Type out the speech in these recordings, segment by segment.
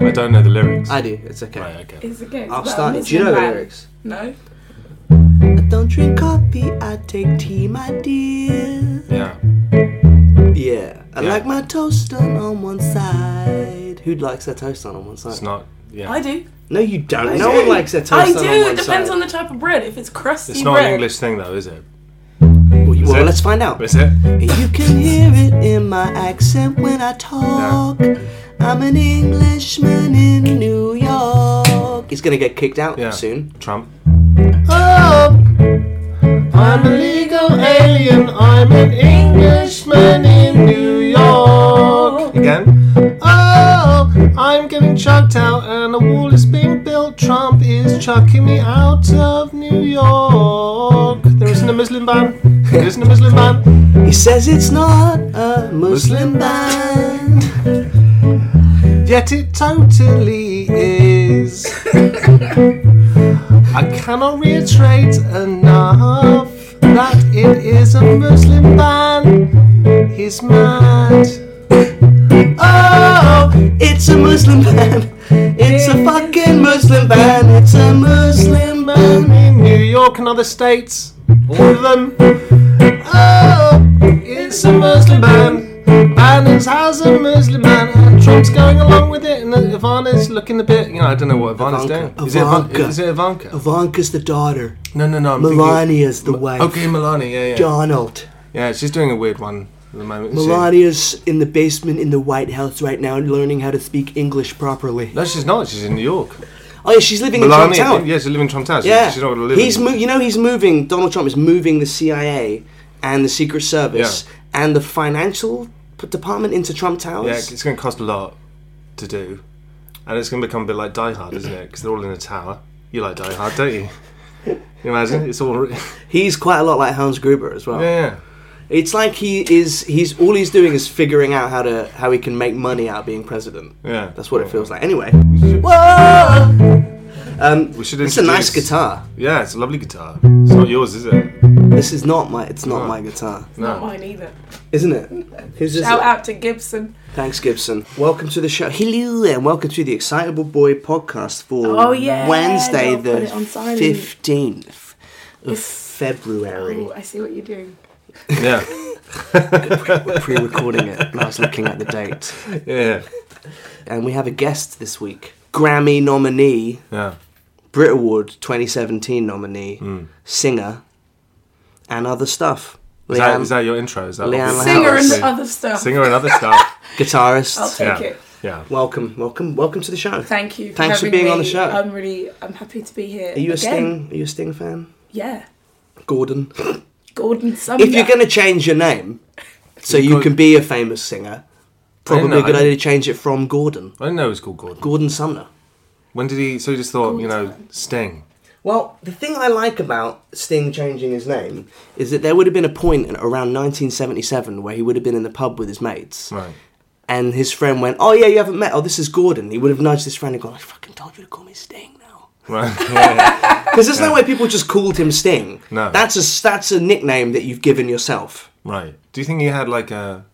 I don't know the lyrics. I do. It's okay. Right, okay. Is it good? I'll Well, start it. this Do you know one the bad. lyrics? No. I don't drink coffee. I take tea, my dear. Yeah. Yeah. I Yeah. like my toast done on one side. Who likes their toast done on one side? It's not. Yeah. I do. No, you don't. I no do. one likes their toast I done do. on one It depends side. on the type of bread. If it's crusty It's not bread, an English thing though, is it? Well, you- Is well, it? let's find out. Is it? You can hear it in my accent when I talk. I'm an Englishman in New York. He's gonna get kicked out Yeah. soon. Trump. up. I'm a legal alien. I'm an Englishman in New York. Again? Oh, I'm getting chucked out, and a wall is being built. Trump is chucking me out of New York. There isn't a Muslim ban. There isn't a Muslim ban. He says it's not a Muslim band. Yet it totally is. I cannot reiterate enough that it is a Muslim ban. He's mad. Oh, it's a Muslim band. It's a fucking Muslim band. It's a Muslim Man band. in New York and other states, all of them. Oh, it's a Muslim ban. Bannon's has a Muslim ban, and Trump's going along with it. And Ivana's looking a bit, you know, I don't know what Ivana's Ivanka. doing. Is it, Ivan- Ivanka. is it Ivanka? Ivanka's the daughter. No, no, no. I'm thinking- Melania's the wife. Okay, Melania. Yeah, yeah. Donald. Yeah, she's doing a weird one at the moment. isn't she? Melania's in the basement in the White House right now, learning how to speak English properly. No, she's not. She's in New York. Oh yeah, she's living in Trump Town. Yeah, she's living in Trump Town. She- Yeah, She's not going to live he's in mo- you know he's moving. Donald Trump is moving the CIA and the Secret Service and the financial p- department into Trump Yeah, Towers. it's going to cost a lot to do. And it's going to become a bit like Die Hard, isn't it? Because they're all in a tower. You like Die Hard, don't you? You imagine? It's all. Re- he's quite a lot like Hans Gruber as well. yeah, yeah. It's like he is he's all he's doing is figuring out how to how he can make money out of being president. Yeah. That's what it feels like. Anyway, whoa! Um, We should it's a nice introduce- guitar. Yeah, it's a lovely guitar. It's not yours, is it? This is not my it's not my guitar, not mine either. isn't it? Who's this? Shout out to Gibson. Thanks, Gibson. Welcome to the show. Hello, and welcome to the Excitable Boy podcast for Oh, yeah, Wednesday, don't put the it on silent. 15th of It's- February. Oh, I see what you're doing. Yeah. We're pre recording it, and I was looking at the date. Yeah. And we have a guest this week Grammy nominee, Yeah. Hmm. Brit Award 2017 nominee, singer, and other stuff. Is that, is that your intro? Is that Leanne what- Singer House. and other stuff. Singer and other stuff. guitarist. I'll take yeah. it. Yeah. Welcome, welcome, welcome to the show. Thank you. Thanks for having being on the me. show. I'm really, I'm happy to be here. Are you a again. Sting? Are you a Sting fan? Yeah. Gordon. Gordon Sumner. if you're going to change your name so you Because- can be a famous singer, probably know, a good I- idea to change it from Gordon, I didn't know it was called Gordon. Gordon Sumner. When did he? So he just thought, you know, Sting. Well, the thing I like about Sting changing his name is that there would have been a point in, around 1977 where he would have been in the pub with his mates, Right. and his friend went, "Oh yeah, you haven't met. Oh, this is Gordon." He would have nudged his friend and gone, "I fucking told you to call me Sting now." Right. Yeah. Because there's no way people just called him Sting. No. that's a that's a nickname that you've given yourself. right. Do you think he had like a?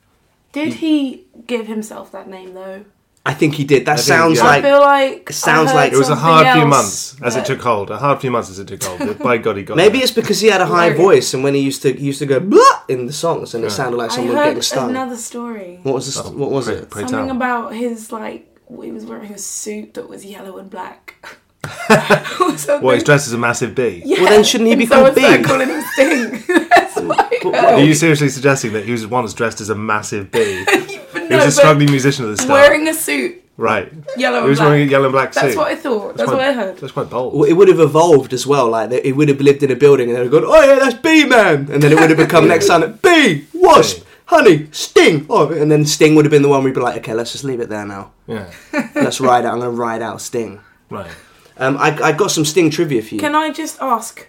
Did he give himself that name though? I think he did. That think, sounds yeah. I like feel like I sounds heard like- It was a something hard few else, months as it but- took hold. A hard few months as it took hold. But by God, he got. Maybe there. it's because he had a high Hilarious. voice, and when he used to he used to go Blah! in the songs, and it sounded like I someone heard getting stung. another story. What was this, what was Oh, Pray- it? pray Something tell. about his like he was wearing a suit that was yellow and black. or something. Well, he's dressed as a massive bee. Yeah, Well, then shouldn't he and be someone called started Bing? calling him Sting. That's why Are you seriously suggesting that he was once dressed as a massive bee? But He was no, a but struggling musician at the start. wearing a suit, right. yellow He was and black. wearing a yellow and black That's suit. what I thought. That's quite- what I heard. That's quite bold. Well, it would have evolved as well. Like that, it would have lived in a building, and they would have gone, "Oh yeah, that's bee man," and then it would have become next time bee wasp honey sting. Oh, and then sting would have been the one we'd be like, "Okay, let's just leave it there now. yeah. Let's ride out. I'm gonna ride out sting." Right. Um, I, I got some sting trivia for you. Can I just ask,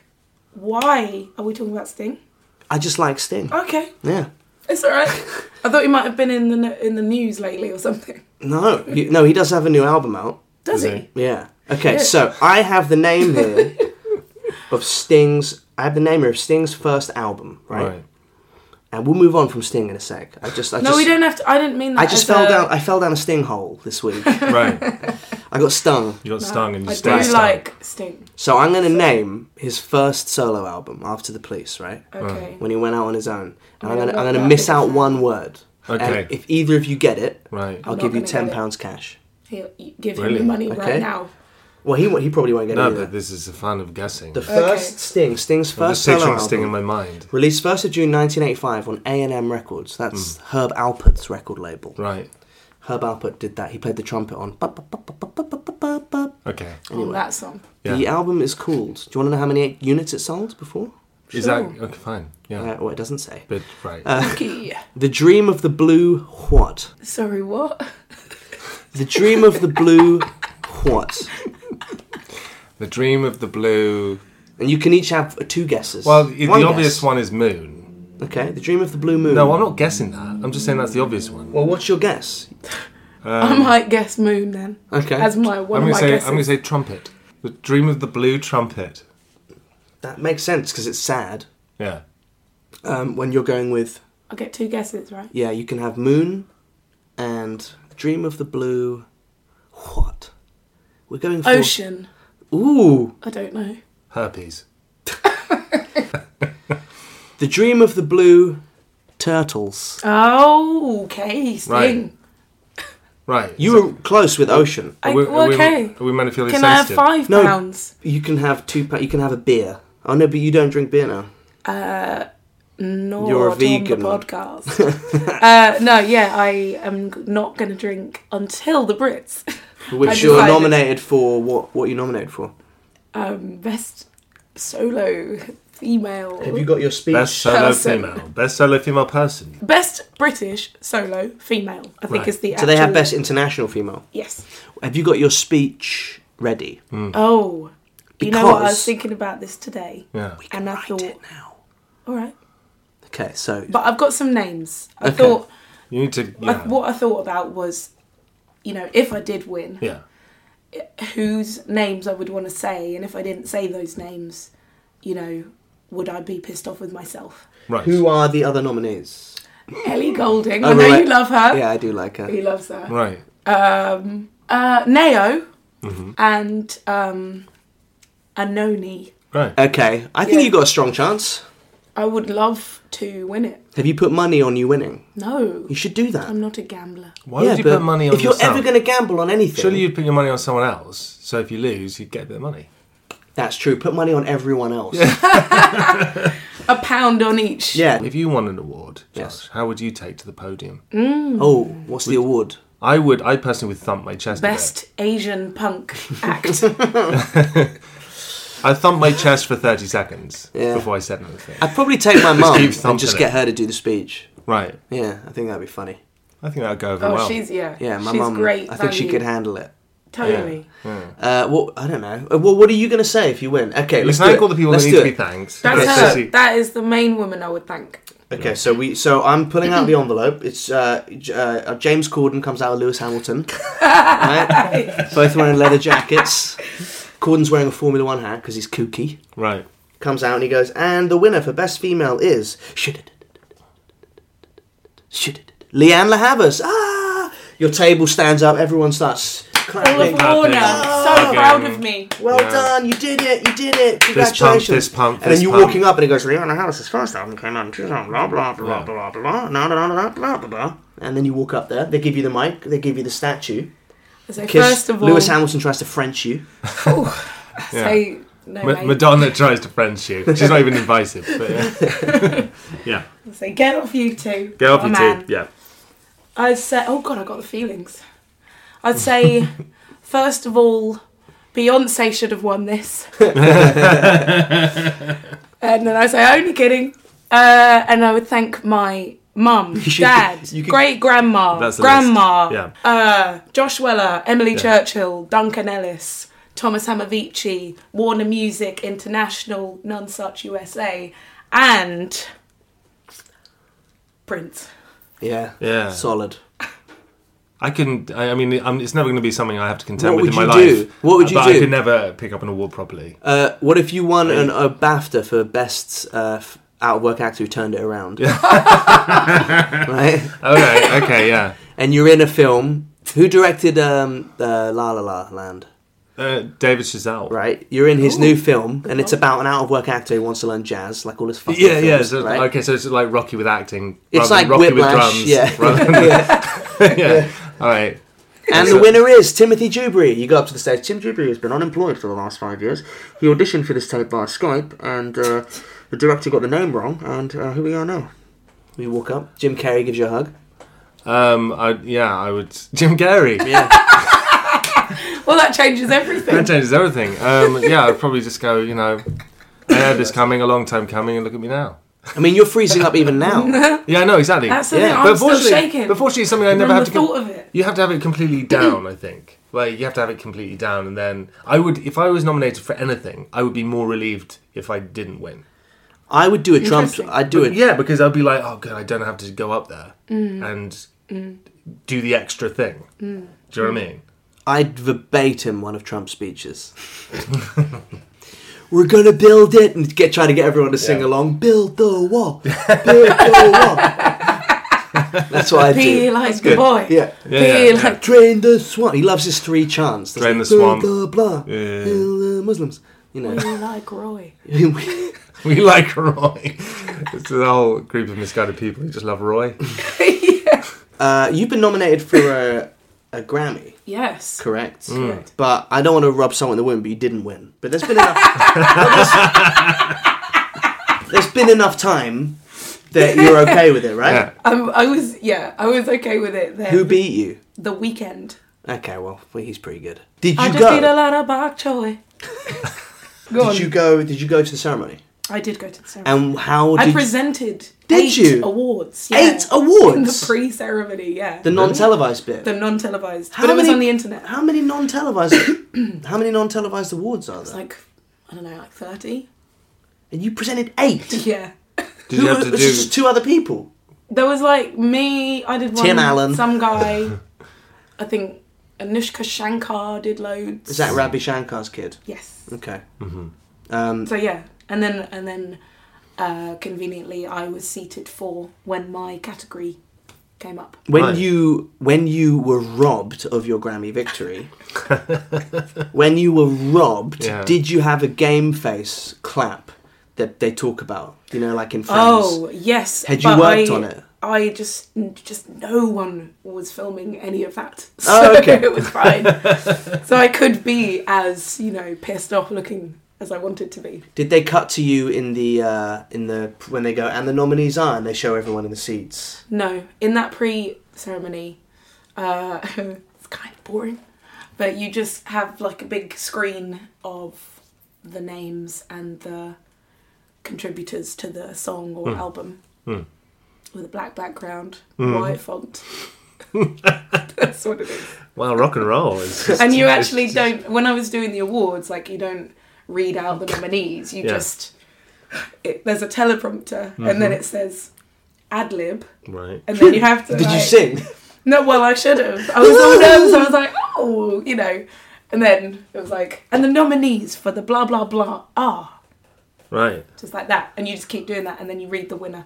why are we talking about Sting? I just like sting. Okay, Yeah. it's all right. I thought he might have been in the n- in the news lately or something. No, you, no, he does have a new album out. Does Is he? he? Yeah. Okay, so I have the name here of Sting's. I have the name here of Sting's first album, right? Right. And we'll move on from Sting in a sec. I just, I No, just, we don't have to. I didn't mean that. I just as fell a- down. I fell down a sting hole this week. Right. I got stung. You got stung and you I stayed do stung. like Sting. So I'm going to name his first solo album after the Police, right? Oh. Okay. When he went out on his own, and I'm going to, I'm going love to that miss bit. out one word. Okay. And if either of you get it, Right. I'll not give you gonna get ten it. pounds cash. He'll you- give him Really? the money Okay. right now. Well, he won't- he probably won't get No, it either. but this is a fan of guessing. the i first Sting, Sting's I'm just first solo picturing album, Sting in my mind. released first of June 1985 on A&M Records. That's Mm. Herb Alpert's record label. Right. Herb Alpert did that. He played the trumpet on. Okay. On that song. Yeah. The album is called. Do you want to know how many units it sold before? Is that okay? Fine. Yeah. Uh, well, it doesn't say. But right. Uh, Okay. The Dream of the Blue What? Sorry, Um, what? The Dream of the Blue What? the dream of the blue. And you can each have two guesses. Well, the the obvious guess. one is moon. Okay, The Dream of the Blue Moon. No, I'm not guessing that. I'm just saying that's the obvious one. Well, what's your guess? I might guess Moon then. Okay. As my one I'm of gonna my say guesses. I'm gonna say trumpet. The dream of the blue trumpet. That makes sense because it's sad. Yeah. Um, when you're going with, I'll get two guesses, right? yeah, you can have Moon and Dream of the Blue What? We're going for. Ocean. Ooh! I don't know. Herpes. The Dream of the Blue Turtles. Oh, okay, Sting. Right. Right. You were close with Ocean. I, Are we- well, are we- okay. Are we meant to feel Can I have sensitive? five No. pounds? You can have two. Pa- you can have a beer. Oh no, but you don't drink beer now. No, You're a not on the vegan. podcast. uh, no, yeah, I am g- not going to drink until the Brits. I Which you're decided- nominated for. What? What are you nominated for? Um, best solo female. Have you got your speech? Best solo Person. female. Best solo female person. Best British solo female. I think Right. is the. so they have actual- best international female. Yes. Have you got your speech ready? Oh, you know Hmm. what? I was Because- thinking about this today, Yeah. and I Write thought, it now. all right, Okay, so but I've got some names. I Okay. thought You need to. I- Yeah. what I thought about was, you know, if I did win, yeah. whose names I would want to say, and if I didn't say those names, you know, would I be pissed off with myself? Right. who are the other nominees? Ellie Golding, Oh, I know right. you love her. Yeah, I do like her. He loves her. Right. Um, uh, Nao Mm-hmm. and um, Anoni. Right. Okay, I think Yeah. you got a strong chance. I would love to win it. Have you put money on you winning? No, You should do that. I'm not a gambler. Why would you put money on if you're yourself? ever going to gamble on anything, Surely you'd put your money on someone else. So if you lose, you'd get a bit of money. that's true. Put money on everyone else. A pound on each. yeah. If you won an award, Josh, Yes. how would you take to the podium? Hmm. Oh, what's the award? I would. I personally would thump my chest. a bit. Best Asian punk Oh, act. I thumped my chest for thirty seconds Yeah. before I said anything. I'd probably take my mum keep and just thumping get it. her to do the speech. Right. Yeah, I think that'd be funny. I think that'd go over oh, well. she's yeah. Yeah, my she's mum. great. I think she value. could handle it. Totally. Uh, well, I don't know. Uh, Well, what are you going to say if you win? Okay, Let's let's thank do it. all the people let's that need to do be it. thanked. That's Yes, her. Susie. That is the main woman I would thank. Okay, so we, so I'm pulling out the envelope. It's uh, J- uh, James Corden comes out with Lewis Hamilton, right? Both wearing leather jackets. Corden's wearing a Formula One hat because he's kooky. Right. Comes out and he goes, and the winner for best female is should should Leanne LaHavas. Ah, your table stands up. Everyone starts All of clapping. Warner, so Okay. proud of me. Well Yeah. done, you did it, you did it, pump, congratulations. fist pump, and then fist you're pump. walking up and it goes, Rihanna Harris's first album came out in 2000, blah, blah, blah, Yeah. blah, blah, blah, blah, blah, blah, blah, blah, blah. And then you walk up there, they give you the mic, they give you the statue. So Kiss. first of all, Lewis Hamilton tries to French you. so No, Ma- mate. Madonna tries to friend you. She's not even invited. But yeah. yeah. So get off you two. Get off my your Oh, man. too. Yeah. I'd say, oh god, I got the feelings. I'd say, first of all, Beyonce should have won this. and then I say, only kidding. Uh, and I would thank my mum, should- dad, you could- great grandma, That's the grandma, list. Yeah. uh, Josh Weller, Emily Churchill, Duncan Ellis, Thomas Hamavici, Warner Music International, None Such USA, and Prince. Yeah. Yeah. Solid. I couldn't. I, I mean, I'm, it's never going to be something I have to contend What with in my would you do? life. What would you but do? I could never pick up an award properly. Uh, what if you won an a BAFTA for best uh, f- out of work actor who turned it around? right. okay. Okay. Yeah. And you're in a film. Who directed um, uh, La La La Land? Uh, David Chazelle. Right. You're in his new film, and it's about an out of work actor who wants to learn jazz, like all his fucking Yeah, yeah. films, So, right? Okay, so it's like Rocky with acting. It's rather than like Rocky Whiplash, yeah. with drums. rather than- yeah. All right. And the winner is Timothy Dewberry. You go up to the stage. Tim Dewberry has been unemployed for the last five years. He auditioned for this tape via Skype, and uh, the director got the name wrong. And uh, here we are now. We walk up. Jim Carrey gives you a hug. Um. I, yeah. I would. Jim Carrey. Well, that changes everything. That changes everything. Um. Yeah. I'd probably just go. You know, I had this coming a long time coming, and look at me now. I mean, you're freezing up even now. Yeah. No. Exactly. That's the Yeah. thing. But I'm still fortunately- shaking. But fortunately, it's something I from never have the to. com- thought of it. You have to have it completely down, I think. Like you have to have it completely down, and then I would, if I was nominated for anything, I would be more relieved if I didn't win. I would do a Trump. Interesting. I'd do But it. yeah, because I'd be like, oh god, I don't have to go up there Mm. and do the extra thing. Do you know what I mean? I'd verbatim one of Trump's speeches. We're gonna build it and get try to get everyone to sing Yeah. along. Build the wall. Build the wall. That's what I Be do. like the boy. Yeah. Be Yeah, yeah, yeah. like. Drain the swamp. He loves his three chants. There's Drain like, the swamp. Blah, blah, blah. Yeah. Kill the Muslims. You know. Be like Roy. We like Roy. it's a whole group of misguided people who just love Roy. uh, you've been nominated for a, a Grammy, Yes. correct? Mm. Correct. But I don't want to rub someone in the wind, but you didn't win. But there's been enough. but there's, there's been enough time that you're okay with it, right? Yeah. Um, I was yeah. I was okay with it. Then. Who beat you? the weekend? Okay, well, well, he's pretty good. Did you I just go? did a lot of bok choy. go on. Did you go? Did you go to the ceremony? I did go to the ceremony. And how did I presented Did eight you? awards. yeah. eight in the awards? pre-ceremony. Yeah. the non-televised bit. The non-televised, but it was on the internet. How many non-televised? how many non-televised awards are there? Like I don't know, like thirty. and you presented eight. Yeah. Did you Who have were- to this do? is just two other people. There was like me. I did one. Tim Allen. Some guy. I think Anushka Shankar did loads. Is that Rabbi Shankar's kid? Yes. Okay. So yeah, and then and then uh, conveniently I was seated four when my category came up. When Right. you when you were robbed of your Grammy victory, when you were robbed, Yeah. did you have a game face clap that they talk about? You know, like in Friends. Oh yes, Had you but worked I- on it? I just just no one was filming any of that, so Oh, okay. it was fine. so I could be as you know pissed off looking as I wanted to be. Did they cut to you in the uh, in the when they go and the nominees are and they show everyone in the seats? No, in that pre ceremony, uh, it's kind of boring, but you just have like a big screen of the names and the contributors to the song Hmm. or album with a black background, white font. That's what it is. Well, rock and roll is. Just, And you actually don't, when I was doing the awards, like you don't read out the nominees, you Yeah. just, it, there's a teleprompter and Mm-hmm. then it says ad lib. right. And then you have to. Did you like- sing? no, well, I should have. I was all nervous. I was like, oh, you know. And then it was like, and the nominees for the blah, blah, blah are Right. just like that. And you just keep doing that and then you read the winner.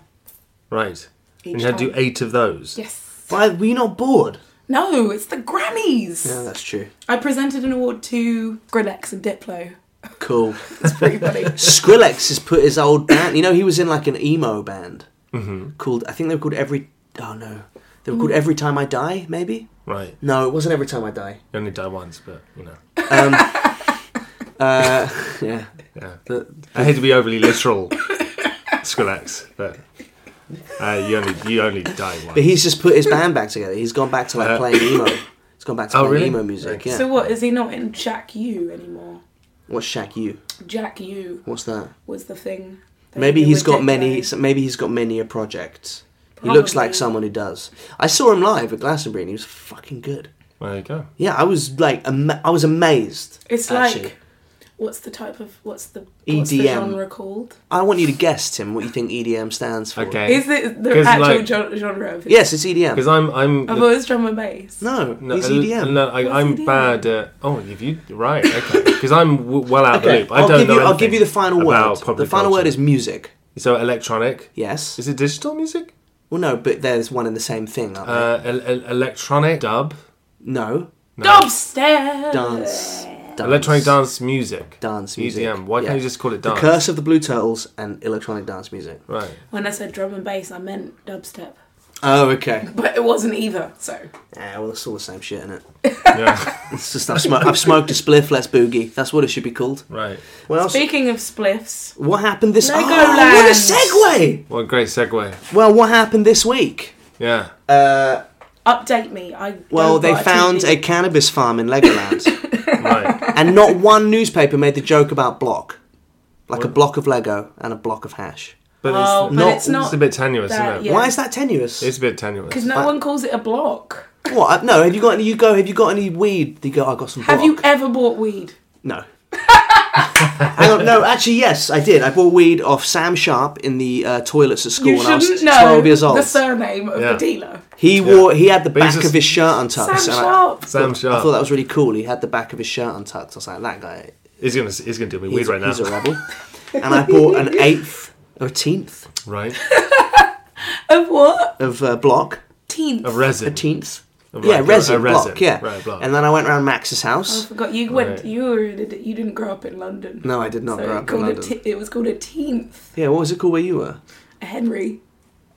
Right. and Each you had to do time. eight of those. Yes. Why were you not bored? No, it's the Grammys. No, that's true. I presented an award to Grillex and Diplo. Cool. It's pretty funny. Skrillex has put his old band. You know, he was in like an emo band Mm-hmm. called. I think they were called Every. Oh no, they were called Every Time I Die. Maybe. Right. No, it wasn't Every Time I Die. You only die once, but you know. Um, Uh, yeah. I hate to be overly literal, Skrillex, but uh, you only you only die once. But he's just put his band back together. He's gone back to like Uh, playing emo. He's gone back to Oh, playing really? emo music. Yeah. So what is he not in Jack U anymore? What's Shaq You? Jack U What's that? was the thing. that Maybe he he's would got dick many. play. Maybe he's got many a project. He looks Probably. like someone who does. I saw him live at Glastonbury, and he was fucking good. There you go. Yeah, I was like, ama- I was amazed. It's actually. E like what's the type of what's the what's the EDM. genre called? I want you to guess, Tim, what you think EDM stands for. Okay. Is it the 'Cause, actual like- gen- genre of it? Yes, it's EDM. Because I'm I'm I've always drum and bass. No, no, it's E uh, EDM. no, I, I'm EDM? bad at. Oh, if you right, okay. Because I'm w- well out of Okay, the loop. I will don't give know. you. I'll anything give you the final word. about The popular final word culture. is music. so electronic. Yes. Is it digital music? Well, no, but there's one and the same thing. Aren't Uh, el- el- electronic dub. they? No, Dubstep. dance, dance. Electronic dance music. Dance music. EDM. Why Yeah. can't you just call it The dance? Curse of the Blue Turtles and electronic dance music. Right. When I said drum and bass, I meant dubstep, Oh, okay. but it wasn't either. So Yeah, well, it's all the same shit, isn't it? Yeah. It's just I've, sm- I've smoked a spliff. Let's boogie. That's what it should be called. right. What else? speaking of spliffs, What happened this? Legoland. Oh, what a segue! What a great segue. Well, what happened this week? Yeah. Uh, update me. I well, don't they got found a TV. cannabis farm in Legoland, Right. and not one newspaper made the joke about block, like a block of Lego and a block of hash. But Oh, it's, but not, it's not a bit tenuous, that- isn't it? yeah. Why is that tenuous? It's a bit tenuous. because no one calls it a block. What? Uh, No, have you got any? You go. Have you got any weed? You go. I got some. Have you block." ever bought weed? No. Hang on, no, actually, yes, I did. I bought weed off Sam Sharp in the uh, toilets at school You when I was shouldn't know 12 years old. the surname of Yeah. the dealer. He wore, he had the he's back just- of his shirt untucked. Sam and I- Sharp. Sam Sharp. I thought that was really cool. He had the back of his shirt untucked. I was like, that guy, He's gonna he's gonna do me weird he's, right now. he's a rebel. and I bought an eighth or a tenth Right. Of what? of uh, block. Teens. A resin. A tenth? Right, Yeah, a- a resin, resin. block, yeah. Right, block. And then I went around Max's I house. forgot you went. Right. You were. in a- You didn't grow up in London. No, I did not So grow it up in called a London. te- it was called a teenth. yeah, what was it called where you were? A Henry.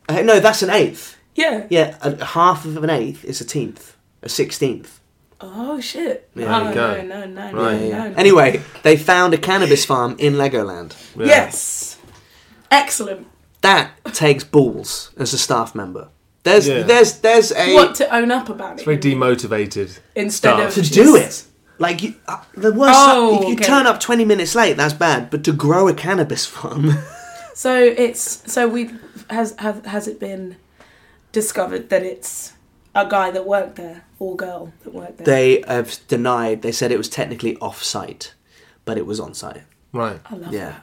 Uh, no, that's an eighth. Yeah. Yeah, a, half of an eighth is a tenth, a sixteenth. Oh shit. Yeah. oh, There you go. No, no, no, Right. no, Yeah. no. Anyway, they found a cannabis farm in Legoland. Yeah. Yes. Excellent. That takes balls as a staff member. There's Yeah. there's there's a What to own up about It's very it demotivated. instead stuff. of to just- do it. Like you, uh, the worst. Oh, if you okay. turn up twenty minutes late, that's bad. But to grow a cannabis farm, So it's so we has have has it been discovered that it's a guy that worked there or girl that worked there. they have denied. They said it was technically off-site, but it was on-site. Right. I love Yeah,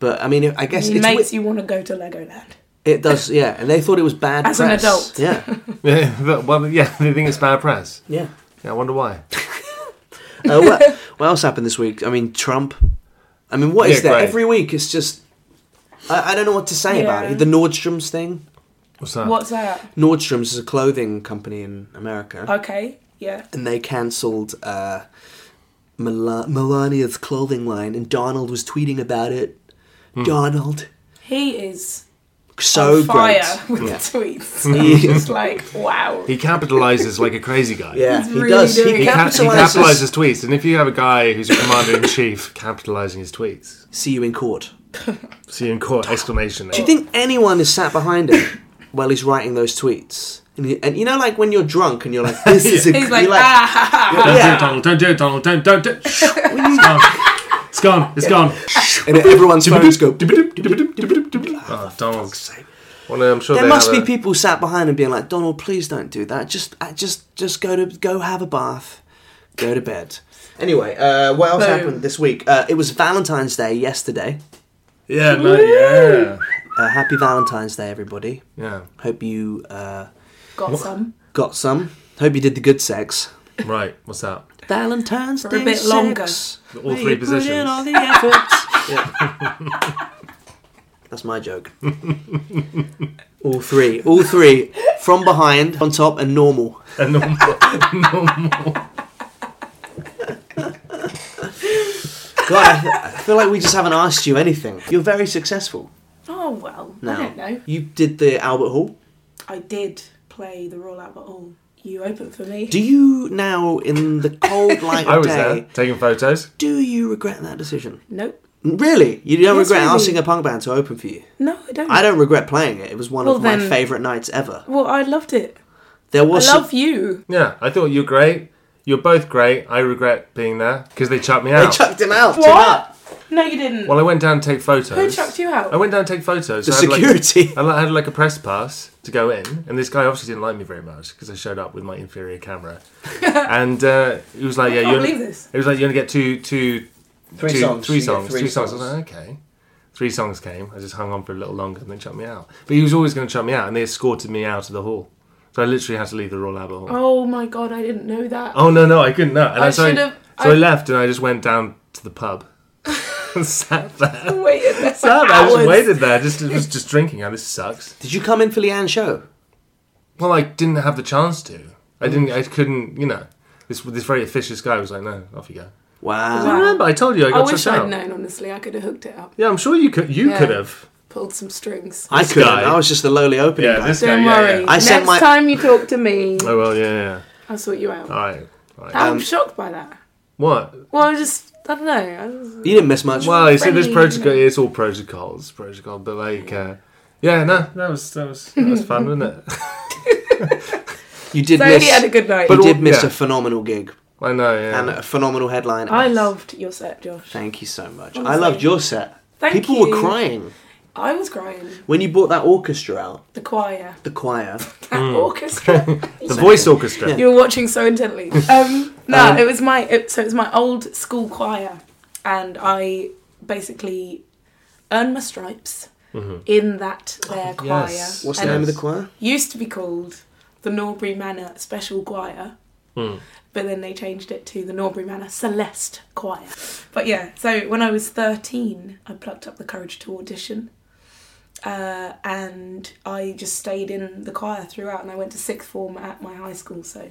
but I mean, I guess that. It it's makes wi- you want to go to Legoland. it does. Yeah, and they thought it was bad As an press. adult. Yeah, Yeah, but- well, yeah, they think it's bad press. yeah. Yeah, I wonder why. Uh, what, what else happened this week? I mean, Trump. I mean, what is Yeah, there? great. Every week it's just. I, I don't know what to say about Yeah. it. The Nordstrom's thing. What's Uh, that? What's that? Nordstrom's is a clothing company in America. Uh, Okay. Yeah. and they cancelled uh, Mela- Melania's clothing line, and Donald was tweeting about it. Hmm. Donald. He is So on fire great. with Yeah. tweets. I'm just like wow. He capitalizes like a crazy guy. Yeah, He's he really does. doing He He, it. cap- he capitalizes. capitalizes tweets, and if you have a guy who's your commander in chief capitalizing his tweets, See you in court. see you in court! Exclamation! Do you think anyone is sat behind him while he's writing those tweets? And you, and you know, like when you're drunk and you're like, "This is a." He's you're like, ah ha ha. yeah. Don't do it, Donald. Don't do it, Donald. Don't, don't, don't. It's gone. It's gone. It's gone. And everyone's phones go. Oh, Donald. Well, no, I'm sure There they must have be a- people sat behind him being like, Donald, please don't do that. Just, uh, just, just go to go have a bath, go to bed. Anyway, uh, what else Boom. happened this week? Uh, it was Valentine's Day yesterday. Yeah, no, yeah, Uh, happy Valentine's Day, everybody. yeah. Hope you uh, Got some got some. Hope you did the good sex. Right. What's that? Valentine's For a Day bit sex. longer. All Where three you put in positions. all the effort. That's my joke. all three, all three, from behind, on top, and normal. And normal. God, I, I feel like we just haven't asked you anything. You're very successful. Oh well, Now, I don't know. You did the Albert Hall. I did play the Royal Albert Hall. you open for me. Do you now, in the cold light I of was day, there taking photos. do you regret that decision? nope. Really? You don't Yes, regret really. asking a punk band to open for you? No, I don't. I don't regret playing it. It was one Well, of my then- favourite nights ever. Well, I loved it. There I was love you. Yeah, I thought you're great. You're both great. I regret being there because they chucked me some... out. They chucked him out. Tim out. What? No, you didn't. well, I went down to take photos. Who chucked you out? I went down to take photos. The I had, like- security. I li- had like a press pass to go in, and this guy obviously didn't like me very much because I showed up with my inferior camera, and uh, he was like, "Yeah, can't you." only- believe this. It was like you only get two, two, Three two- songs. three You get songs, three two songs. songs. I was like, okay. Three songs came. I just hung on for a little longer, and they chucked me out. But he was always going to chuck me out, and they escorted me out of the hall. So I literally had to leave the Royal Albert Hall. Oh my god, I didn't know that. Oh no, no, I couldn't know. And I I so I, so should've- I, I- left and I just went down to the pub. And sat there. Wait, that's Sat there. I just hours. waited there. Just it was just drinking. Oh, this sucks. Did you come in for Leanne's show? Well, I didn't have the chance to. I didn't. I couldn't. You know, this this very officious guy was like, "No, off you go." Wow. Wow. I remember. I told you I Oh. I got wish shut I'd out. known, honestly. I could have hooked it up, Yeah, I'm sure you could. You Yeah. could have. pulled some strings. I couldn't. guy. I was just the lowly opening Yeah, guy. this guy. Don't yeah, worry. Yeah, I sent Next my- time you talk to me, Oh well, yeah, yeah. I'll sort you out. All right. All right. I'm shocked by that. what? Well, I just, I don't know. I just, You didn't miss much. Well, you see, this friendly, protocol. It's all protocols, protocol. But like, uh, yeah, no, that was that was that was fun, wasn't it? you did so miss. he had a good night. you did all- miss yeah. a phenomenal gig I know. Yeah. and a phenomenal headline. I loved your set, Josh. Thank you so much. I loved your set. Thank People you. were crying I was crying. when you brought that orchestra out, The choir, the choir. that orchestra. The voice orchestra. you were watching so intently. Um, no, it was my it, so it was my old school choir, and I basically earned my stripes in that their choir. yes. Oh, What's And the name of Yes. the choir? Used to be called the Norbury Manor Special Choir, but then they changed it to the Norbury Manor Celeste Choir. But yeah, so when I was thirteen, I plucked up the courage to audition. Uh, and I just stayed in the choir throughout, and I went to sixth form at my high school, so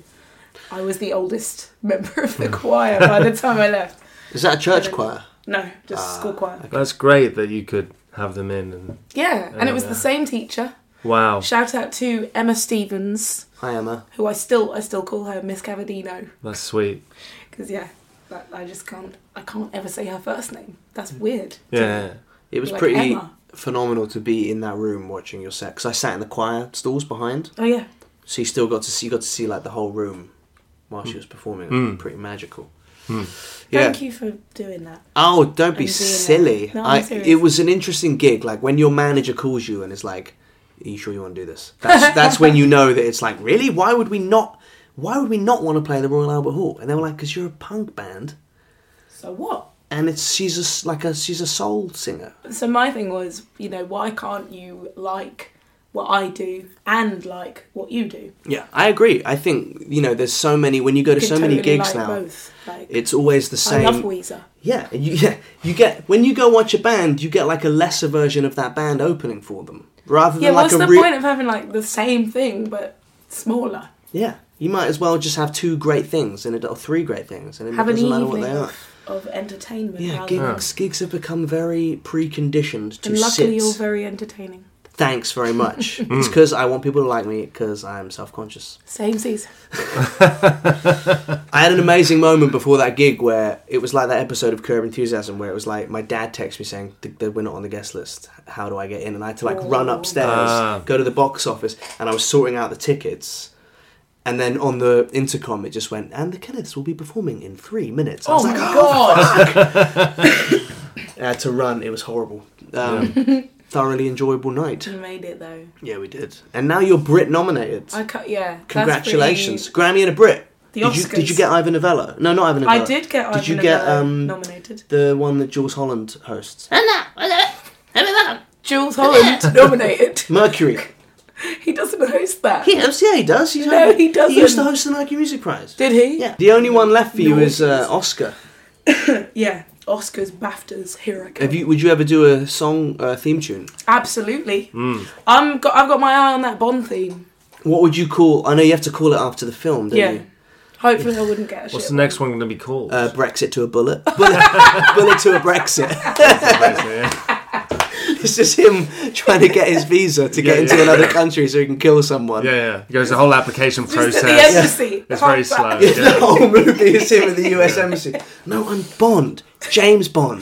I was the oldest member of the choir by the time I left. Is that a church choir? No, just school choir. That's great that you could have them in. And Yeah, and it was the same teacher. wow, Shout out to Emma Stevens, Hi Emma. who I still I still call her Miss Cavadino. that's sweet. Because yeah, that, I just can't. I can't ever say her first name. That's Mm. weird. Yeah. It was Like pretty Emma. phenomenal to be in that room watching your set because I sat in the choir stalls behind, Oh yeah, so you still got to see you got to see like the whole room while she was performing. Pretty magical. Yeah. thank you for doing that. Oh, don't be And being silly. like, "No, I'm I, serious." it was an interesting gig. Like when your manager calls you and is like, "Are you sure you want to do this?" That's that's when you know that it's like, really, why would we not? Why would we not want to play the Royal Albert Hall? And they were like, "Cause you're a punk band, So what? and it's she's a s- like a she's a soul singer." So my thing was, you know, why can't you like what I do and like what you do? Yeah, I agree. I think you know, there's so many when you go to You could so many totally gigs like now. Both. Like, It's always the I same. love Weezer. Yeah, and you, yeah, you get when you go watch a band, you get like a lesser version of that band opening for them, rather than Yeah, like what's a the real. point of having like the same thing but smaller? Yeah, you might as well just have two great things and it or three great things, and it Have an doesn't matter evening what they are. of, of entertainment. Yeah, rather than- gigs, gigs have become very preconditioned to And luckily, sit. you're very entertaining. Thanks very much. it's because I want people to like me because I'm self-conscious. Same season. I had an amazing moment before that gig where it was like that episode of Curb Enthusiasm where it was like my dad texted me saying "Th- that we're not on the guest list. How do I get in? And I had to like run Oh. upstairs, Ah. go to the box office, and I was sorting out the tickets. And then on the intercom, it just went, and the Kenneths will be performing in three minutes. I was Oh like, "Ah." my god! I had to run. It was horrible. Um, thoroughly enjoyable night. you made it though. Yeah, we did. And now you're Brit nominated. I cut. Yeah. that's Congratulations, Grammy and a Brit. The did you did Oscars. you get Ivan Novello? No, not Ivan pretty- Novello. I did get. Did Ivan you get Novello um nominated? the one that Jules Holland hosts? Jules Holland nominated. Mercury. He doesn't host that. He hosts. Yeah, he does. He's No, he He used to doesn't. host the Mercury Music Prize. Did he? yeah. The only one left for you is uh, Naughtiness. Oscar. Yeah. Oscars, BAFTAs, here I come. Have you? Would you ever do a song uh, theme tune? Absolutely. Mm. I'm got. I've got my eye on that Bond theme. What would you call? I know you have to call it after the film, don't Yeah. you? Hopefully, I wouldn't get a What's shit. the next one going to be called? Uh, Brexit to a bullet. bullet. bullet to a Brexit. This is him trying to get his visa to get Yeah, into yeah. another country so he can kill someone. Yeah, yeah. It goes the whole application Just process. at the embassy. It's very slow. Halfback. The whole movie is him in the US embassy. No, I'm Bond. James Bond.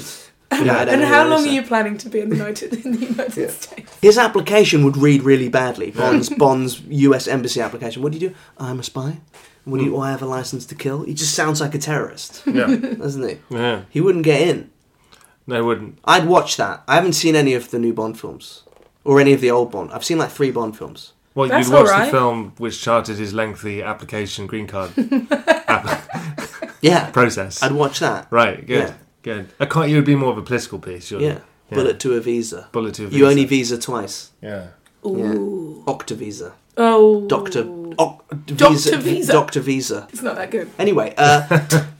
No, I don't And know how who long it are is. you planning to be in the United, in the United States? His application would read really badly. Bond's Bond's U.S. embassy application. What do you do? I'm a spy. What Hmm. do you? Oh, I have a license to kill. He just sounds like a terrorist, Yeah. doesn't he? yeah. He wouldn't get in. No, it wouldn't. I'd watch that. I haven't seen any of the new Bond films or any of the old Bond. I've seen like three Bond films. Well, That's you'd watch all right. the film which charted his lengthy application green card Yeah, process. I'd watch that. Right, good, Yeah. good. A quite, it would be more of a political piece, surely. Yeah. bullet to a visa. Bullet to a You visa. only visa twice. Yeah. Ooh. Octavisa. Oh. Doctor. Oc- Doctor Visa. Doctor visa. It's not that good. Anyway, uh,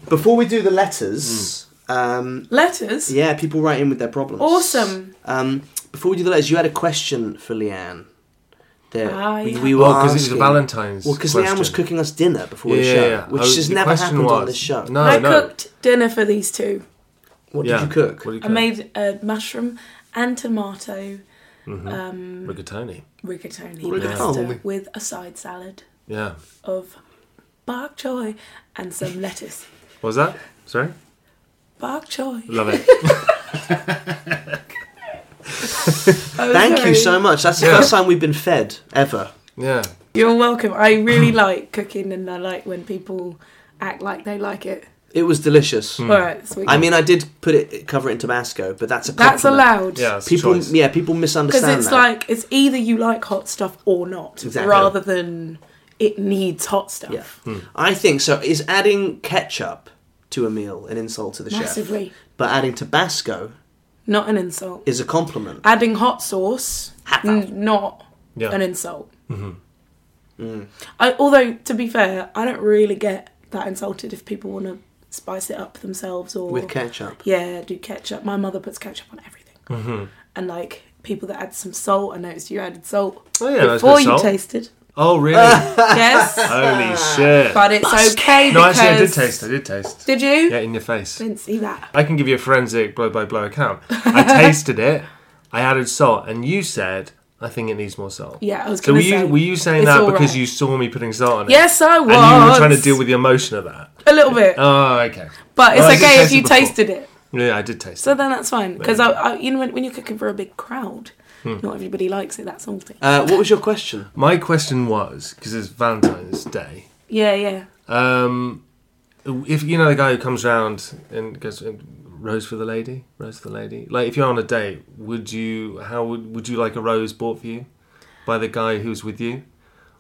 before we do the letters, Hmm. um, Letters. yeah, people write in with their problems. Awesome. Um, before we do the letters, you had a question for Leanne. That Ah, we, yeah. we were Well, because it's a asking- Valentine's. Well, because question. Leanne was cooking us dinner before Yeah, the yeah, show, yeah. which I was- has the never question happened on was- this show. No, I Oh, no. cooked dinner for these two. What yeah. did you cook? What did you I cook? made a mushroom and tomato Mm-hmm. um, rigatoni. rigatoni Rigatoni. pasta with a side salad Yeah. of bok choy and some lettuce. What was that? Sorry? Bok choy. Love it. I was Thank you very- so much. That's the Yeah. first time we've been fed ever. yeah. You're welcome. I really like cooking, and I like when people act like they like it. It was delicious. Hmm. All right, sweet. Hmm. I mean, I did put it cover it in Tabasco, but that's a compliment. that's allowed. Yeah, it's People, a choice. yeah, people Because misunderstand it's that. like it's either you like hot stuff or not, Exactly. rather than it needs hot stuff. Yeah. Hmm. I think so. Is adding ketchup to a meal an insult to the chef? Massively. But adding Tabasco Not an insult. is a compliment. Adding hot sauce, n- not Yeah. Mm-hmm. an insult. I, although to be fair, I don't really get that insulted if people want to spice it up themselves or With ketchup. Yeah, do ketchup. My mother puts ketchup on everything, Mm-hmm. and like people that add some salt. I noticed you added salt Oh, yeah, that's before good you salt. tasted. Oh, really? yes, Holy shit. but it's okay no, because actually, I did taste. I did taste. Did you? Yeah, in your face. Didn't see that. I can give you a forensic blow by blow account. I tasted it. I added salt, and you said, "I think it needs more salt." Yeah, I was So were gonna you say, were you saying it's that all because right. you saw me putting salt on it? Yes, I was. And you were trying to deal with the emotion of that. a little bit, Oh, okay. but it's Well, I did okay if taste it you before. tasted it. Yeah, I did taste So it. then that's fine because I, I, you know, when, when you're cooking for a big crowd, Hmm. not everybody likes it. That's all. thing. Uh, what was your question? My question was because it's Valentine's Day. Yeah, yeah. Um, if you know the guy who comes round and goes, uh, "Rose for the lady, rose for the lady." Like, if you're on a date, would you? How would would you like a rose bought for you by the guy who's with you,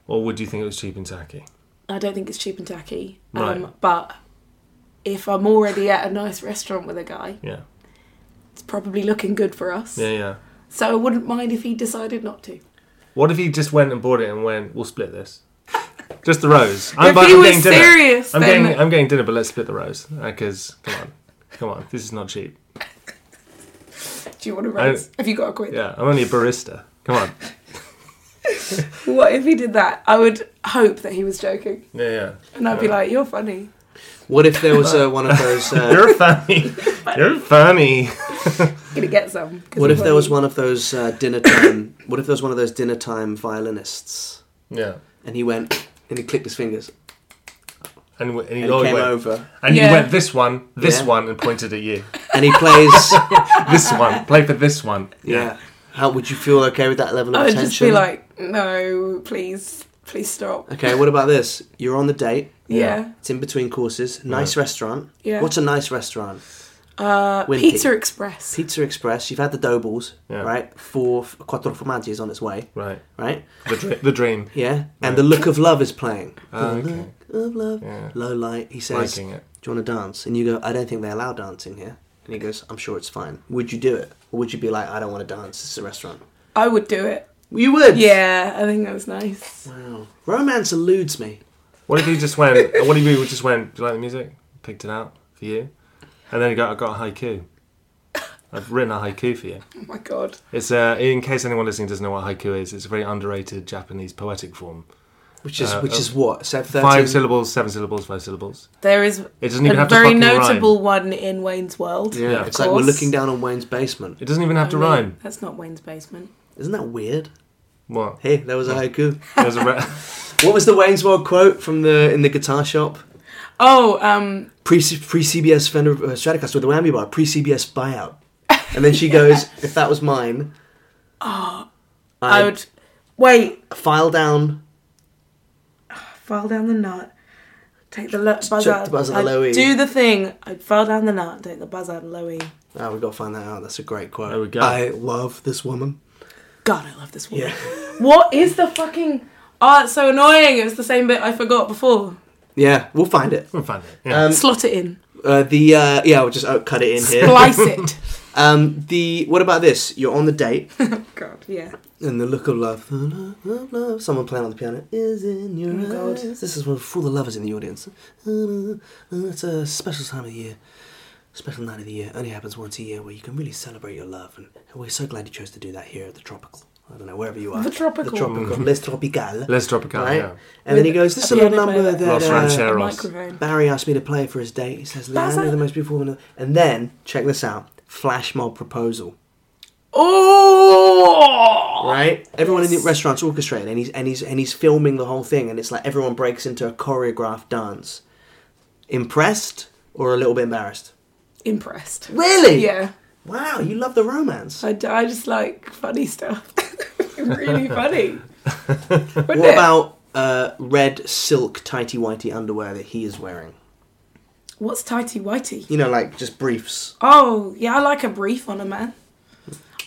or would you think it was cheap and tacky? I don't think it's cheap and tacky. Um, Right. but if I'm already at a nice restaurant with a guy, Yeah, it's probably looking good for us. yeah, yeah. So I wouldn't mind if he decided not to. What if he just went and bought it and went, "We'll split this." Just the rose. I'm, If but he I'm was getting dinner. serious, I'm then- getting, I'm getting dinner, but let's split the rose. Because come on, come on, this is not cheap. Do you want to raise? Have you got a quid? Yeah, I'm only a barista. Come on. What if he did that? I would hope that he was joking, Yeah, yeah. and I'd be like, "You're funny." What if there was uh, one of those? Uh, You're funny. You're funny. Gonna get some. 'cause what you're if there was funny." one of those uh, dinner time? What if there was one of those dinner time violinists? Yeah. And he went and he clicked his fingers And, w- and he and he always came went, over and Yeah. you went this one, this Yeah. one, and pointed at you. and he plays. This one, play for this one. yeah. How would you feel okay with that level of I would attention? just be like, "No, please, please stop." okay, what about this? You're on the date. Yeah. It's in between courses. Nice restaurant. Yeah. What's a nice restaurant? Uh, Wimpy. Pizza Express. Pizza Express. You've had the dough balls, Yeah. right? Four quattro formaggi is on its way, Right. right? The, dr- the dream. Yeah. And the look of love is playing. Oh, the okay. look of love. Yeah. Low light. He says, Liking it. "Do you want to dance?" And you go, "I don't think they allow dancing here." And he goes, "I'm sure it's fine. Would you do it, or would you be like, I don't want to dance? It's a restaurant." I would do it. You would. Yeah, I think that was nice. Wow. Romance eludes me. What if he just went, what if he just went, do you like the music? Picked it out for you. And then he got, I got a haiku. I've written a haiku for you. Oh my god. It's uh, in case anyone listening doesn't know what haiku is. It's a very underrated Japanese poetic form, Which is Uh, which uh, is what? Seven, Five syllables, seven syllables, five syllables. There is It doesn't even a have to very fucking notable rhyme. one in Wayne's World. Yeah, Yeah, it's of like we're course. looking down on Wayne's basement. It doesn't even have to I mean, rhyme. That's not Wayne's basement. Isn't that weird? What? Hey, there was a haiku. There's a re- What was the Wayne's World quote from the in the guitar shop? Oh, um, Pre pre CBS Fender uh, Stratocaster with the whammy bar. Pre CBS buyout. And then she goes, "If that was mine, Oh, I, I'd would wait. file down, File down the nut. Take the lo- buzz check out. the buzz out I'd low E. Do the thing. I'd file down the nut. Take the buzz out low E. Oh, we've got to find that out. That's a great quote. There we go. I love this woman. God, I love this woman. What is the fucking? Oh, it's so annoying. It was the same bit I forgot before. Yeah, we'll find it. We'll find it. Yeah. Um, Slot it in. Uh, the uh, yeah, we'll just uh, cut it in here. Splice it. Um, the what about this? You're on the date, God, yeah. and the look of love, love, love, love, someone playing on the piano is in your Oh, God. eyes. This is one for all the lovers in the audience. Uh, It's a special time of the year, special night of the year. Only happens once a year where you can really celebrate your love, and we're so glad you chose to do that here at the Tropical. I don't know wherever you are. The Tropical. The Tropical. Les Tropicales. Mm. Les Tropicales, Right? yeah. And then he goes, "This a little piano number player. that Los uh, Rancheros. Microphone. Barry asked me to play for his date. He says, That's Leanne, it. the most beautiful woman. And then, check this out flash mob proposal. Oh. Right? Everyone in the restaurant's orchestrating, and he's, and, he's, and he's filming the whole thing, and it's like everyone breaks into a choreographed dance. Impressed or a little bit embarrassed? Impressed. Really? Yeah. Wow, you love the romance. I, d- I just like funny stuff. really funny. Wouldn't What it? about uh, red silk tighty whitey underwear that he is wearing? What's tighty whitey? You know, like just briefs. Oh, yeah, I like a brief on a man.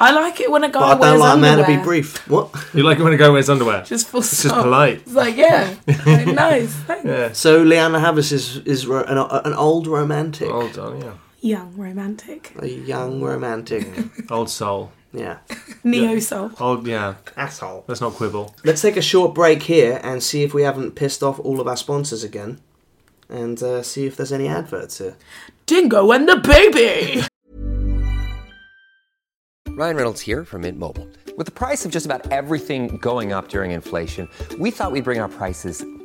I like it when a guy But I wears don't like a man Oh, underwear. to be brief. What? You like it when a guy wears underwear? Just full it's stop. just polite. It's like, yeah, like, nice, thanks. Yeah. So Leanna Havis is, is ro- an, an old romantic. Old, oh, yeah. Young, romantic, A young romantic. Old soul. Yeah. neo soul. Old, Oh, yeah. Asshole. Let's not quibble. Let's take a short break here and see if we haven't pissed off all of our sponsors again. And uh, see if there's any adverts here. Dingo and the baby. Ryan Reynolds here from Mint Mobile. With the price of just about everything going up during inflation, we thought we'd bring our prices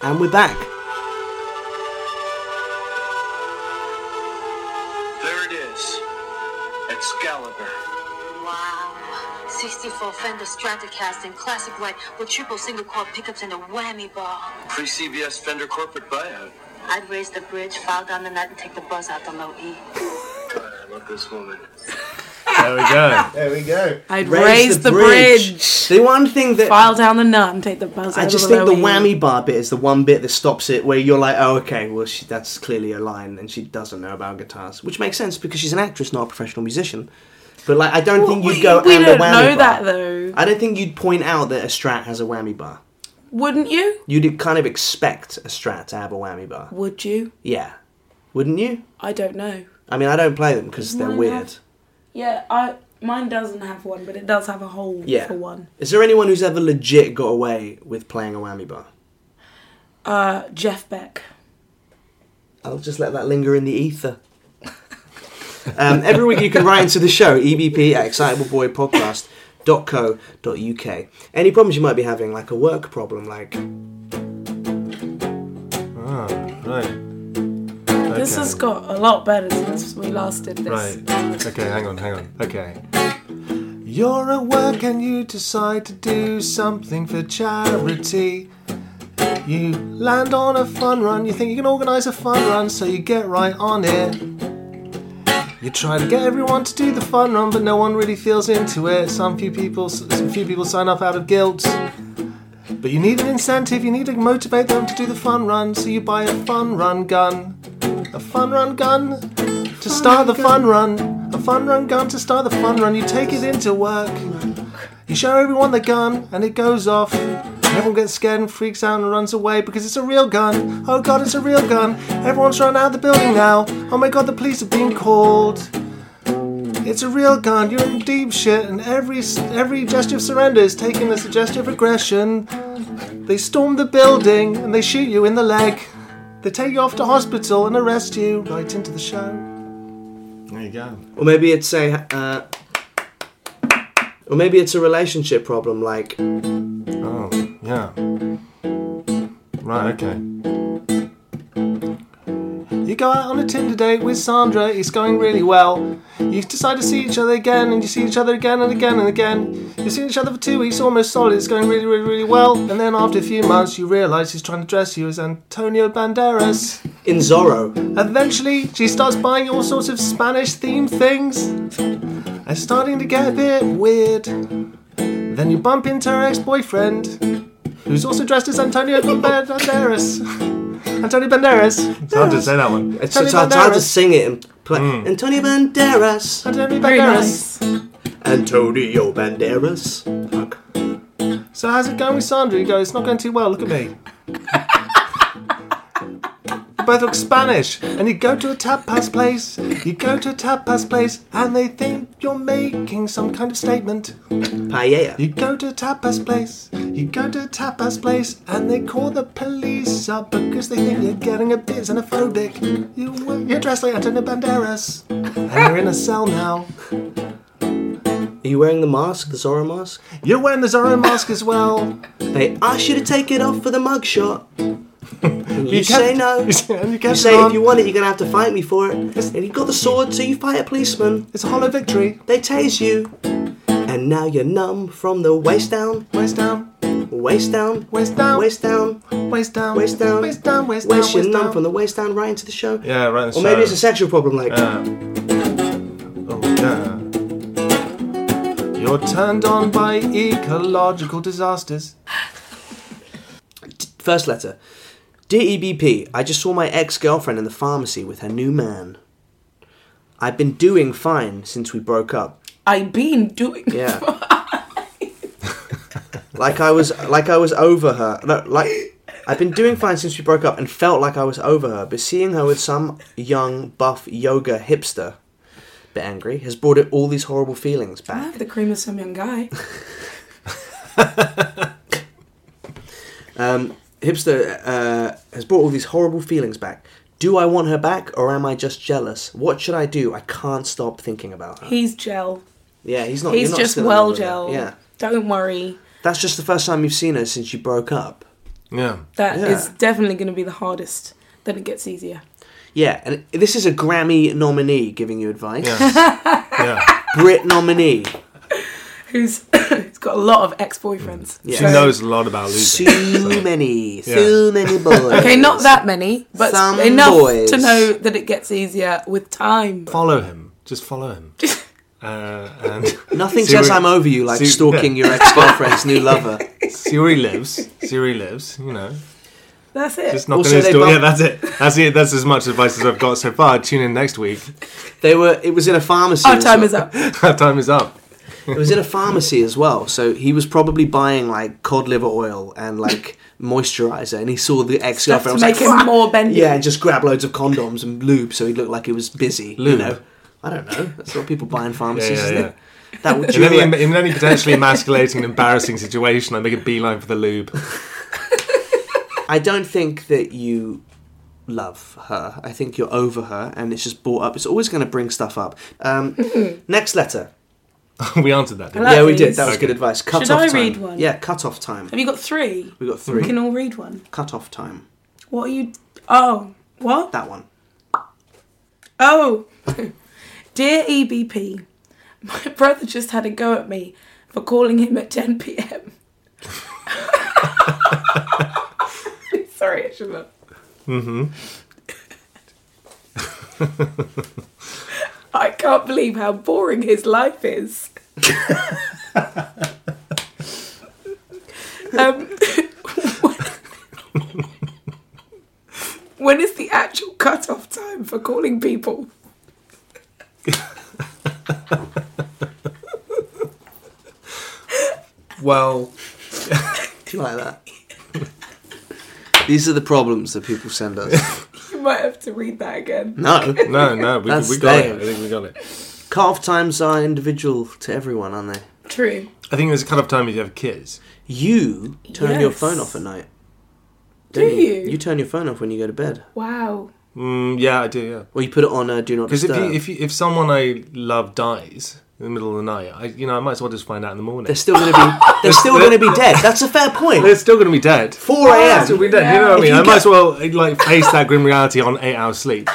And we're back. There it is. Excalibur. Wow. 64 Fender Stratocaster in classic white with triple single chord pickups and a whammy bar. Pre CBS Fender corporate buyout. I'd raise the bridge, file down the nut, and take the buzz out the low E. I love this woman. There we go. There we go. I'd raise the bridge. The one thing that File down the nut and take the buzz out I of just the think the low E. whammy bar bit is the one bit that stops it, where you're like, oh, okay, well, she, that's clearly a line, and she doesn't know about guitars, which makes sense because she's an actress, not a professional musician. But like, I don't Well, think you'd we- go. we and don't a whammy know bar. that, though. I don't think you'd point out that a Strat has a whammy bar. Wouldn't you? You'd kind of expect a Strat to have a whammy bar. Would you? Yeah, wouldn't you? I don't know. I mean, I don't play them because they're Why not? weird. Yeah, I mine doesn't have one, but it does have a hole Yeah. for one. Is there anyone who's ever legit got away with playing a whammy bar? Uh, Jeff Beck. I'll just let that linger in the ether. um, every week you can write into the show, ebp at excitableboypodcast.co.uk. Any problems you might be having, like a work problem, like Oh, Right. This Okay. has got a lot better since we last did this. Right. Okay, hang on, hang on. Okay. You're at work and you decide to do something for charity. You land on a fun run, you think you can organise a fun run, so you get right on it. You try to get everyone to do the fun run, but no one really feels into it. Some few people, some few people sign up out of guilt. But you need an incentive. You need to motivate them to do the fun run, so you buy a fun run gun, a fun run gun to start the fun run, a fun run gun to start the fun run. You take it into work. You show everyone the gun, and it goes off. And Everyone gets scared and freaks out and runs away because it's a real gun. Oh god, it's a real gun. Everyone's run out of the building now. Oh my god, the police have been called. It's a real gun. You're in deep shit, and every every gesture of surrender is taken as a gesture of aggression. They storm the building and they shoot you in the leg. They take you off to hospital and arrest you right into the show. There you go. Or maybe it's a. Uh, or maybe it's a relationship problem, like. Oh, yeah. Right, okay. You go out on a Tinder date with Sandra, it's going really well. You decide to see each other again, and you see each other again and again and again. You've seen each other for two weeks, almost solid, it's going really, really, really well. And then after a few months, you realise she's trying to dress you as Antonio Banderas. In Zorro. Eventually, she starts buying you all sorts of Spanish themed things. And it's starting to get a bit weird. Then you bump into her ex boyfriend, who's also dressed as Antonio Banderas. Antonio Banderas. It's hard to say that one. Hmm. It's, Tony it's hard, it's hard to Banderas. sing it and play. Antonio Banderas. Antonio Very Banderas. nice. Antonio Banderas. Fuck. So how's it going with Sandra? You go, it's not going too well, look at me. you both look Spanish. And you go to a tapas place, you go to a tapas place, and they think you're making some kind of statement. Paella. You go to a tapas place, you go to a tapas place, and they call the police up because they think you're getting a bit xenophobic. You, you're dressed like Antonio Banderas, and you're in a cell now. Are you wearing the mask, the Zorro mask? You're wearing the Zorro mask as well. Hey, I should have taken it off for the mugshot. And you, kept- say no. you say- and you You kept say on. if you want it, you're gonna have to fight me for it. And you got the sword, so you fight a policeman. It's a hollow victory. They tase you, and now you're numb from the waist down, Waist down, waist down, waist down, waist down, waist down, waist down, waist down, waist down, waist. You're waist numb down. from the waist down right into the show. Yeah, right. in the Or maybe show. it's a sexual problem, like Oh, yeah. You're turned on by ecological disasters. first letter. Dear EBP, I just saw my ex girlfriend in the pharmacy with her new man. I've been doing fine since we broke up. I've been doing. Yeah. like I was like I was over her. No, like I've been doing fine since we broke up and felt like I was over her, but seeing her with some young buff yoga hipster bit angry has brought it all these horrible feelings I back. have the cream of some young guy. Um, hipster uh, has brought all these horrible feelings back. Do I want her back or am I just jealous? What should I do? I can't stop thinking about her. He's gel. yeah, he's not. Oh, He's you're not just still in well love with her. gel. Yeah, Don't worry. that's just the first time you've seen her since you broke up. Yeah. That is Yeah. definitely going to be the hardest. Then it gets easier. Yeah, and this is a Grammy nominee giving you advice. Yeah. Brit nominee. Who's who's got a lot of ex boyfriends. Yeah. She knows a lot about losing. Too many. Too many boys. Okay, not that many, but Some enough boys. to know that it gets easier with time. Follow him. Just follow him. Uh, and Nothing See, says we- I'm over you like see- stalking your ex girlfriend's new lover. see where he lives. See where he lives. You know, That's it. just knock on Also, his they door. bump- Yeah, that's it. That's it. That's as much advice as I've got so far. Tune in next week. They were. It was in a pharmacy. Our as time well. is up. Our time is up. It was in a pharmacy as well. So he was probably buying like cod liver oil and like moisturizer, and he saw the ex Stuff to girlfriend. make him more bendy. Yeah, and just grab loads of condoms and lube, so he looked like he was busy. You Lube. know, I don't know. That's what people buy in pharmacies, Yeah, yeah, isn't yeah. it? That would. In any, in any potentially emasculating and embarrassing situation, I make a beeline for the lube. I don't think that you love her. I think you're over her, and it's just brought up. It's always going to bring stuff up. Um, next letter. we answered that. Didn't Hello? yeah, we did. please. That was Okay. good advice. Cut Should off I time. read one? Yeah, cut off time. Have you got three? We got We three. can all read one. Cut off time. What are you? Oh, what? That one. Oh, dear EBP, my brother just had a go at me for calling him at 10 p.m. Sorry, I shouldn't have. Mm-hmm. I can't believe how boring his life is. um, when is the actual cutoff time for calling people? Well, do you like that? These are the problems that people send us. You might have to read that again. No, no, no. We, That's we got staying. it. I think we got it. Cut-off times are individual to everyone, aren't they? True. I think there's a kind of time if you have kids. You turn your Yes. phone off at night. Do don't you? You turn your phone off when you go to bed, Wow. Mm, yeah, I do. Yeah. or you put it on uh, do not Because if disturb. you, if you, if someone I love dies in the middle of the night, I you know I might as well just find out in the morning. they're still going to be they're still going to be dead. That's a fair They're point. still going to be dead. Four They're still gonna a.m. be dead. You know what I If mean? you I get- might as well eh, like face that grim reality on eight hours sleep.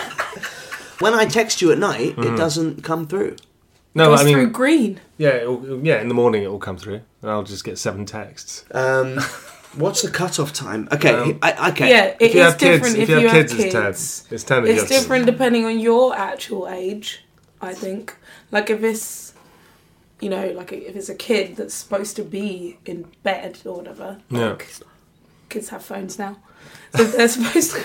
When I text you at night, it doesn't come through. No, Goes I mean through green. yeah, it'll, yeah. In the morning it will come through, and I'll just get seven texts. Um, what's the cutoff time? Okay, I, okay. Yeah, it if you is have kids, different if, if you have kids, kids. it's ten. It's ten. if you It's have kids. different depending on your actual age, I think. Like if it's, you know, like if it's a kid that's supposed to be in bed or whatever. Yeah. Like, kids have phones now, so if they're supposed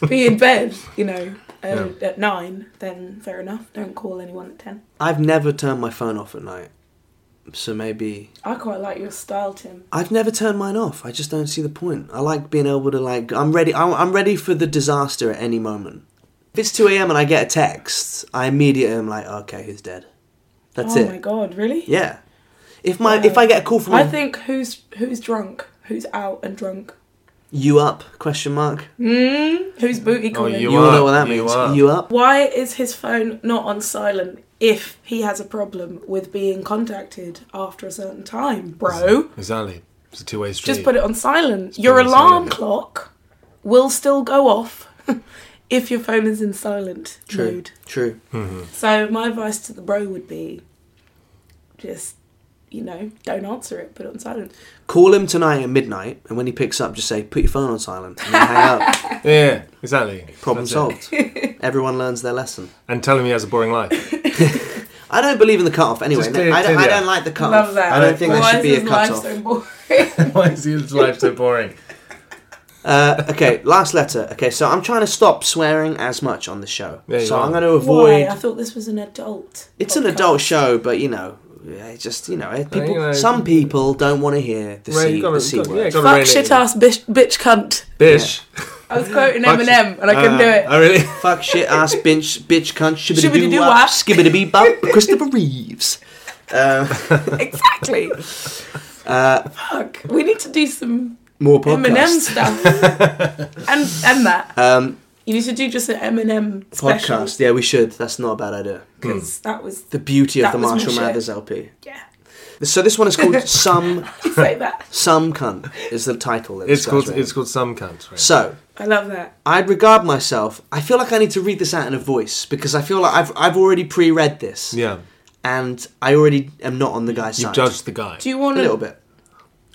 to be in bed, you know, um, at nine. Then fair enough. Don't call anyone at ten. I've never turned my phone off at night, so maybe I quite like your style, Tim. I've never turned mine off. I just don't see the point. I like being able to like. I'm ready. I'm I'm ready for the disaster at any moment. If it's two a.m. and I get a text, I immediately am like, okay, who's dead? That's oh it. my god, really? Yeah. If my if I get a call from I my- think who's who's drunk, who's out and drunk, you up question mark, who's booty calling. Oh, you you all up, know what that you means. up. You up? Why is his phone not on silent if he has a problem with being contacted after a certain time, bro? Exactly. It's a two-way street. Just put it on silent. your put it on alarm silent. clock will still go off if your phone is in silent True. mode. True. So my advice to the bro would be just you know, don't answer it, put it on silent. Call him tonight at midnight, and when he picks up, just say, "Put your phone on silent." And then hang up. Yeah, exactly. Problem That's it. solved. Everyone learns their lesson. And tell him he has a boring life. I don't believe in the cutoff anyway. Just clear- I, don't, clear I the don't air. like the cutoff. Love that. I don't think Why there should is be a his life cutoff. so boring? Why is his life so boring? Uh, okay, last letter. Okay, so I'm trying to stop swearing as much on the show. Yeah, you so are. I'm going to Why? avoid. I thought this was an adult. It's an podcast. adult show, but you know, yeah, it's just you know, eh, people. know, some people don't want to hear the Ray, c, you gotta- the c you gotta- word. yeah, you gotta rein Fuck it shit in. ass bitch, bitch cunt. Bish. I was quoting Fuck shit. Eminem and I couldn't do it. Uh, Oh, really? Fuck shit, ass, bitch, bitch, cunt, shibbity doo Shibbidi-doo-wop. wop, skibbity bee bop, Christopher Reeves. Exactly. Uh, Fuck. We need to do some More Eminem podcasts. stuff. and and that. Um, You need to do just an Eminem special. podcast. Yeah, Hmm. we should. That's not a bad idea. Because that was The beauty of That the was my Marshall shit. Mathers LP. Yeah. So this one is called "Some Say that. Some Cunt." Is the title? that It's this called guy's written. it's called some cunt. Right? So I love that. I regard myself. I feel like I need to read this out in a voice because I feel like I've I've already pre-read this. yeah, And I already am not on the guy's you side. judge the guy. Do you want a little bit.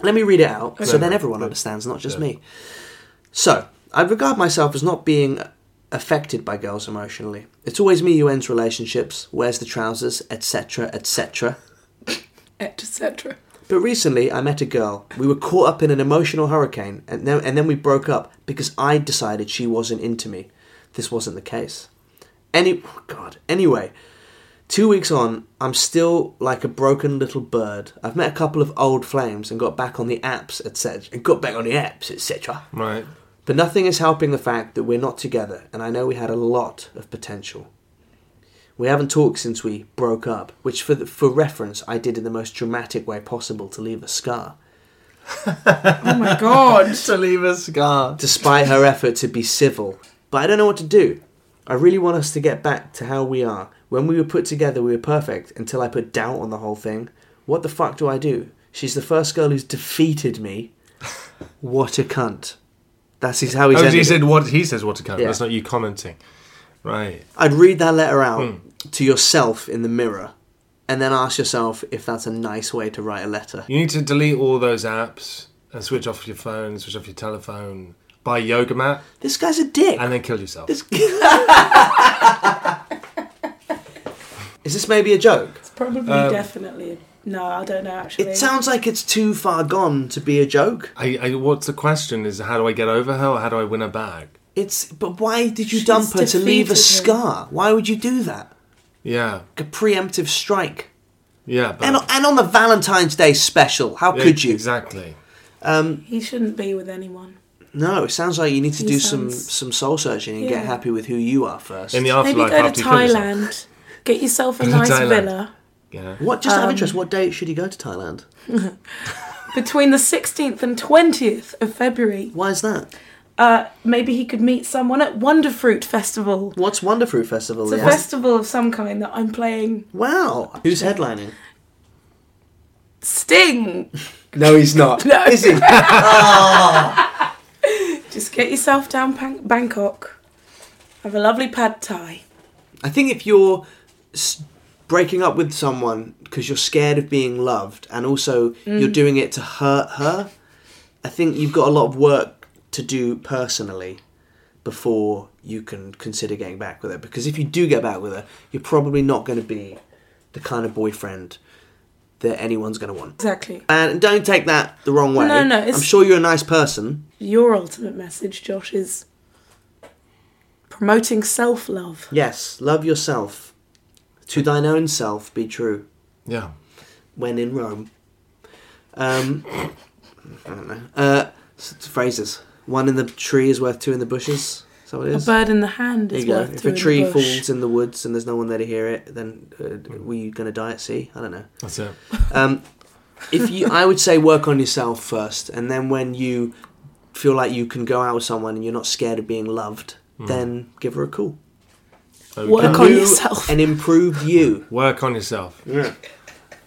Let me read it out so then Okay. everyone understands, not just me. So, I regard myself as not being affected by girls emotionally. It's always me who ends relationships, wears the trousers, etc., etc. etc. But recently, I met a girl. We were caught up in an emotional hurricane, and then, and then we broke up because I decided she wasn't into me. This wasn't the case. Any oh, God. Anyway, two weeks on, I'm still like a broken little bird. I've met a couple of old flames and got back on the apps, etc. And got back on the apps, etc. right. But nothing is helping the fact that we're not together, and I know we had a lot of potential. We haven't talked since we broke up, which, for, the, for reference, I did in the most dramatic way possible to leave a scar. Oh my god. To leave a scar. despite her effort to be civil. But I don't know what to do. I really want us to get back to how we are. When we were put together, we were perfect until I put doubt on the whole thing. What the fuck do I do? She's the first girl who's defeated me. What a cunt. That's his, how he's Oh, ended he it. said what he says. What a cunt. Yeah. That's not you commenting, right? I'd read that letter out Hmm. to yourself in the mirror and then ask yourself if that's a nice way to write a letter. You need to delete all those apps and switch off your phone, switch off your telephone, buy a yoga mat. This guy's a dick. And then kill yourself. Is this maybe a joke? It's Probably definitely. No, I don't know actually. It sounds like it's too far gone to be a joke. I, I, what's the question? Is how do I get over her or how do I win her back? It's but why did you dump her to leave a defeated him. scar? Why would you do that? Yeah, A preemptive strike. yeah. But, And, and on the Valentine's Day special, how Yeah, could you? Exactly. he shouldn't be with anyone. No, it sounds like you need to He do some sounds- some soul searching and get Yeah. happy with who you are first. In the Maybe afterlife, go after to you kill yourself. Thailand. Get yourself a To nice Thailand. villa Yeah. what just out of Um, interest? What date should he go to Thailand? between the 16th and 20th of February. Why is that? Uh, maybe he could meet someone at Wonderfruit Festival. What's Wonderfruit Festival? It's a Oh, yeah? festival of some kind that I'm playing. wow, who's headlining? Sting! No, he's not. No. Is he? Just get yourself down Pan- Bangkok. Have a lovely pad thai. I think if you're s- breaking up with someone because you're scared of being loved and also Mm. you're doing it to hurt her, I think you've got a lot of work to do personally before you can consider getting back with her. Because if you do get back with her, you're probably not going to be the kind of boyfriend that anyone's going to want. Exactly. And don't take that the wrong way. No, no, it's- I'm sure you're a nice person. Your ultimate message, Josh, is promoting self love. Yes, love yourself. To thine own self be true. Yeah. when in Rome. Um, I don't know. Uh, s- it's phrases. One in the tree is worth two in the bushes. Is that what it A is? bird in the hand There is you go. worth If two a in the tree bush. falls in the woods and there's no one there to hear it, then uh, were you going to die at sea? I don't know. That's it. If you, I would say work on yourself first, and then when you feel like you can go out with someone and you're not scared of being loved, then give her a call. Work on You- yourself. and improve you. Work on yourself.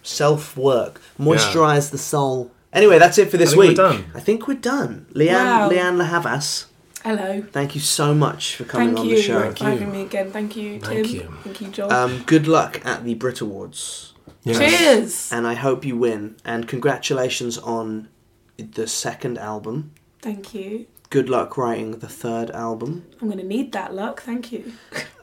self work, moisturize the soul. Anyway, that's it for this I think we're week. done. I think we're done. Leanne, Wow. Leanne Lahavas, Hello. thank you so much for coming Thank on you the show. for having me again. Thank you, Tim. Thank you. Thank you, Josh. Um, good luck at the Brit Awards, Yeah. Cheers. and I hope you win. And congratulations on the second album. Thank you. Good luck writing the third album. I'm going to need that luck. Thank you.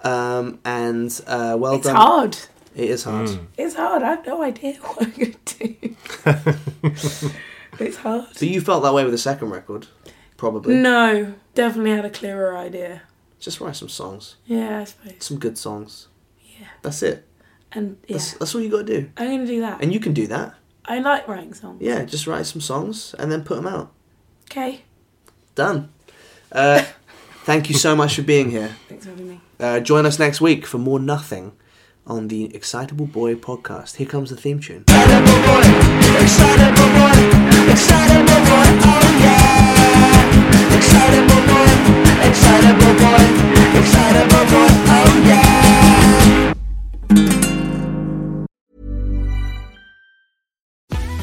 Um, and uh, well It's done. hard. It is hard. Mm. It's hard. I have no idea what I'm going to do. it's hard. So you felt that way with the second record, probably. No, definitely had a clearer idea. Just write some songs, Yeah, I suppose. some good songs. Yeah. That's it. And yeah, That's, that's all you got to do. I'm gonna do that. And you can do that. I like writing songs. Yeah, just write some songs and then put them out. Okay. Done. Uh, thank you so much for being here. Thanks for having me. Uh, join us next week for more nothing on the Excitable Boy podcast. Here comes the theme tune.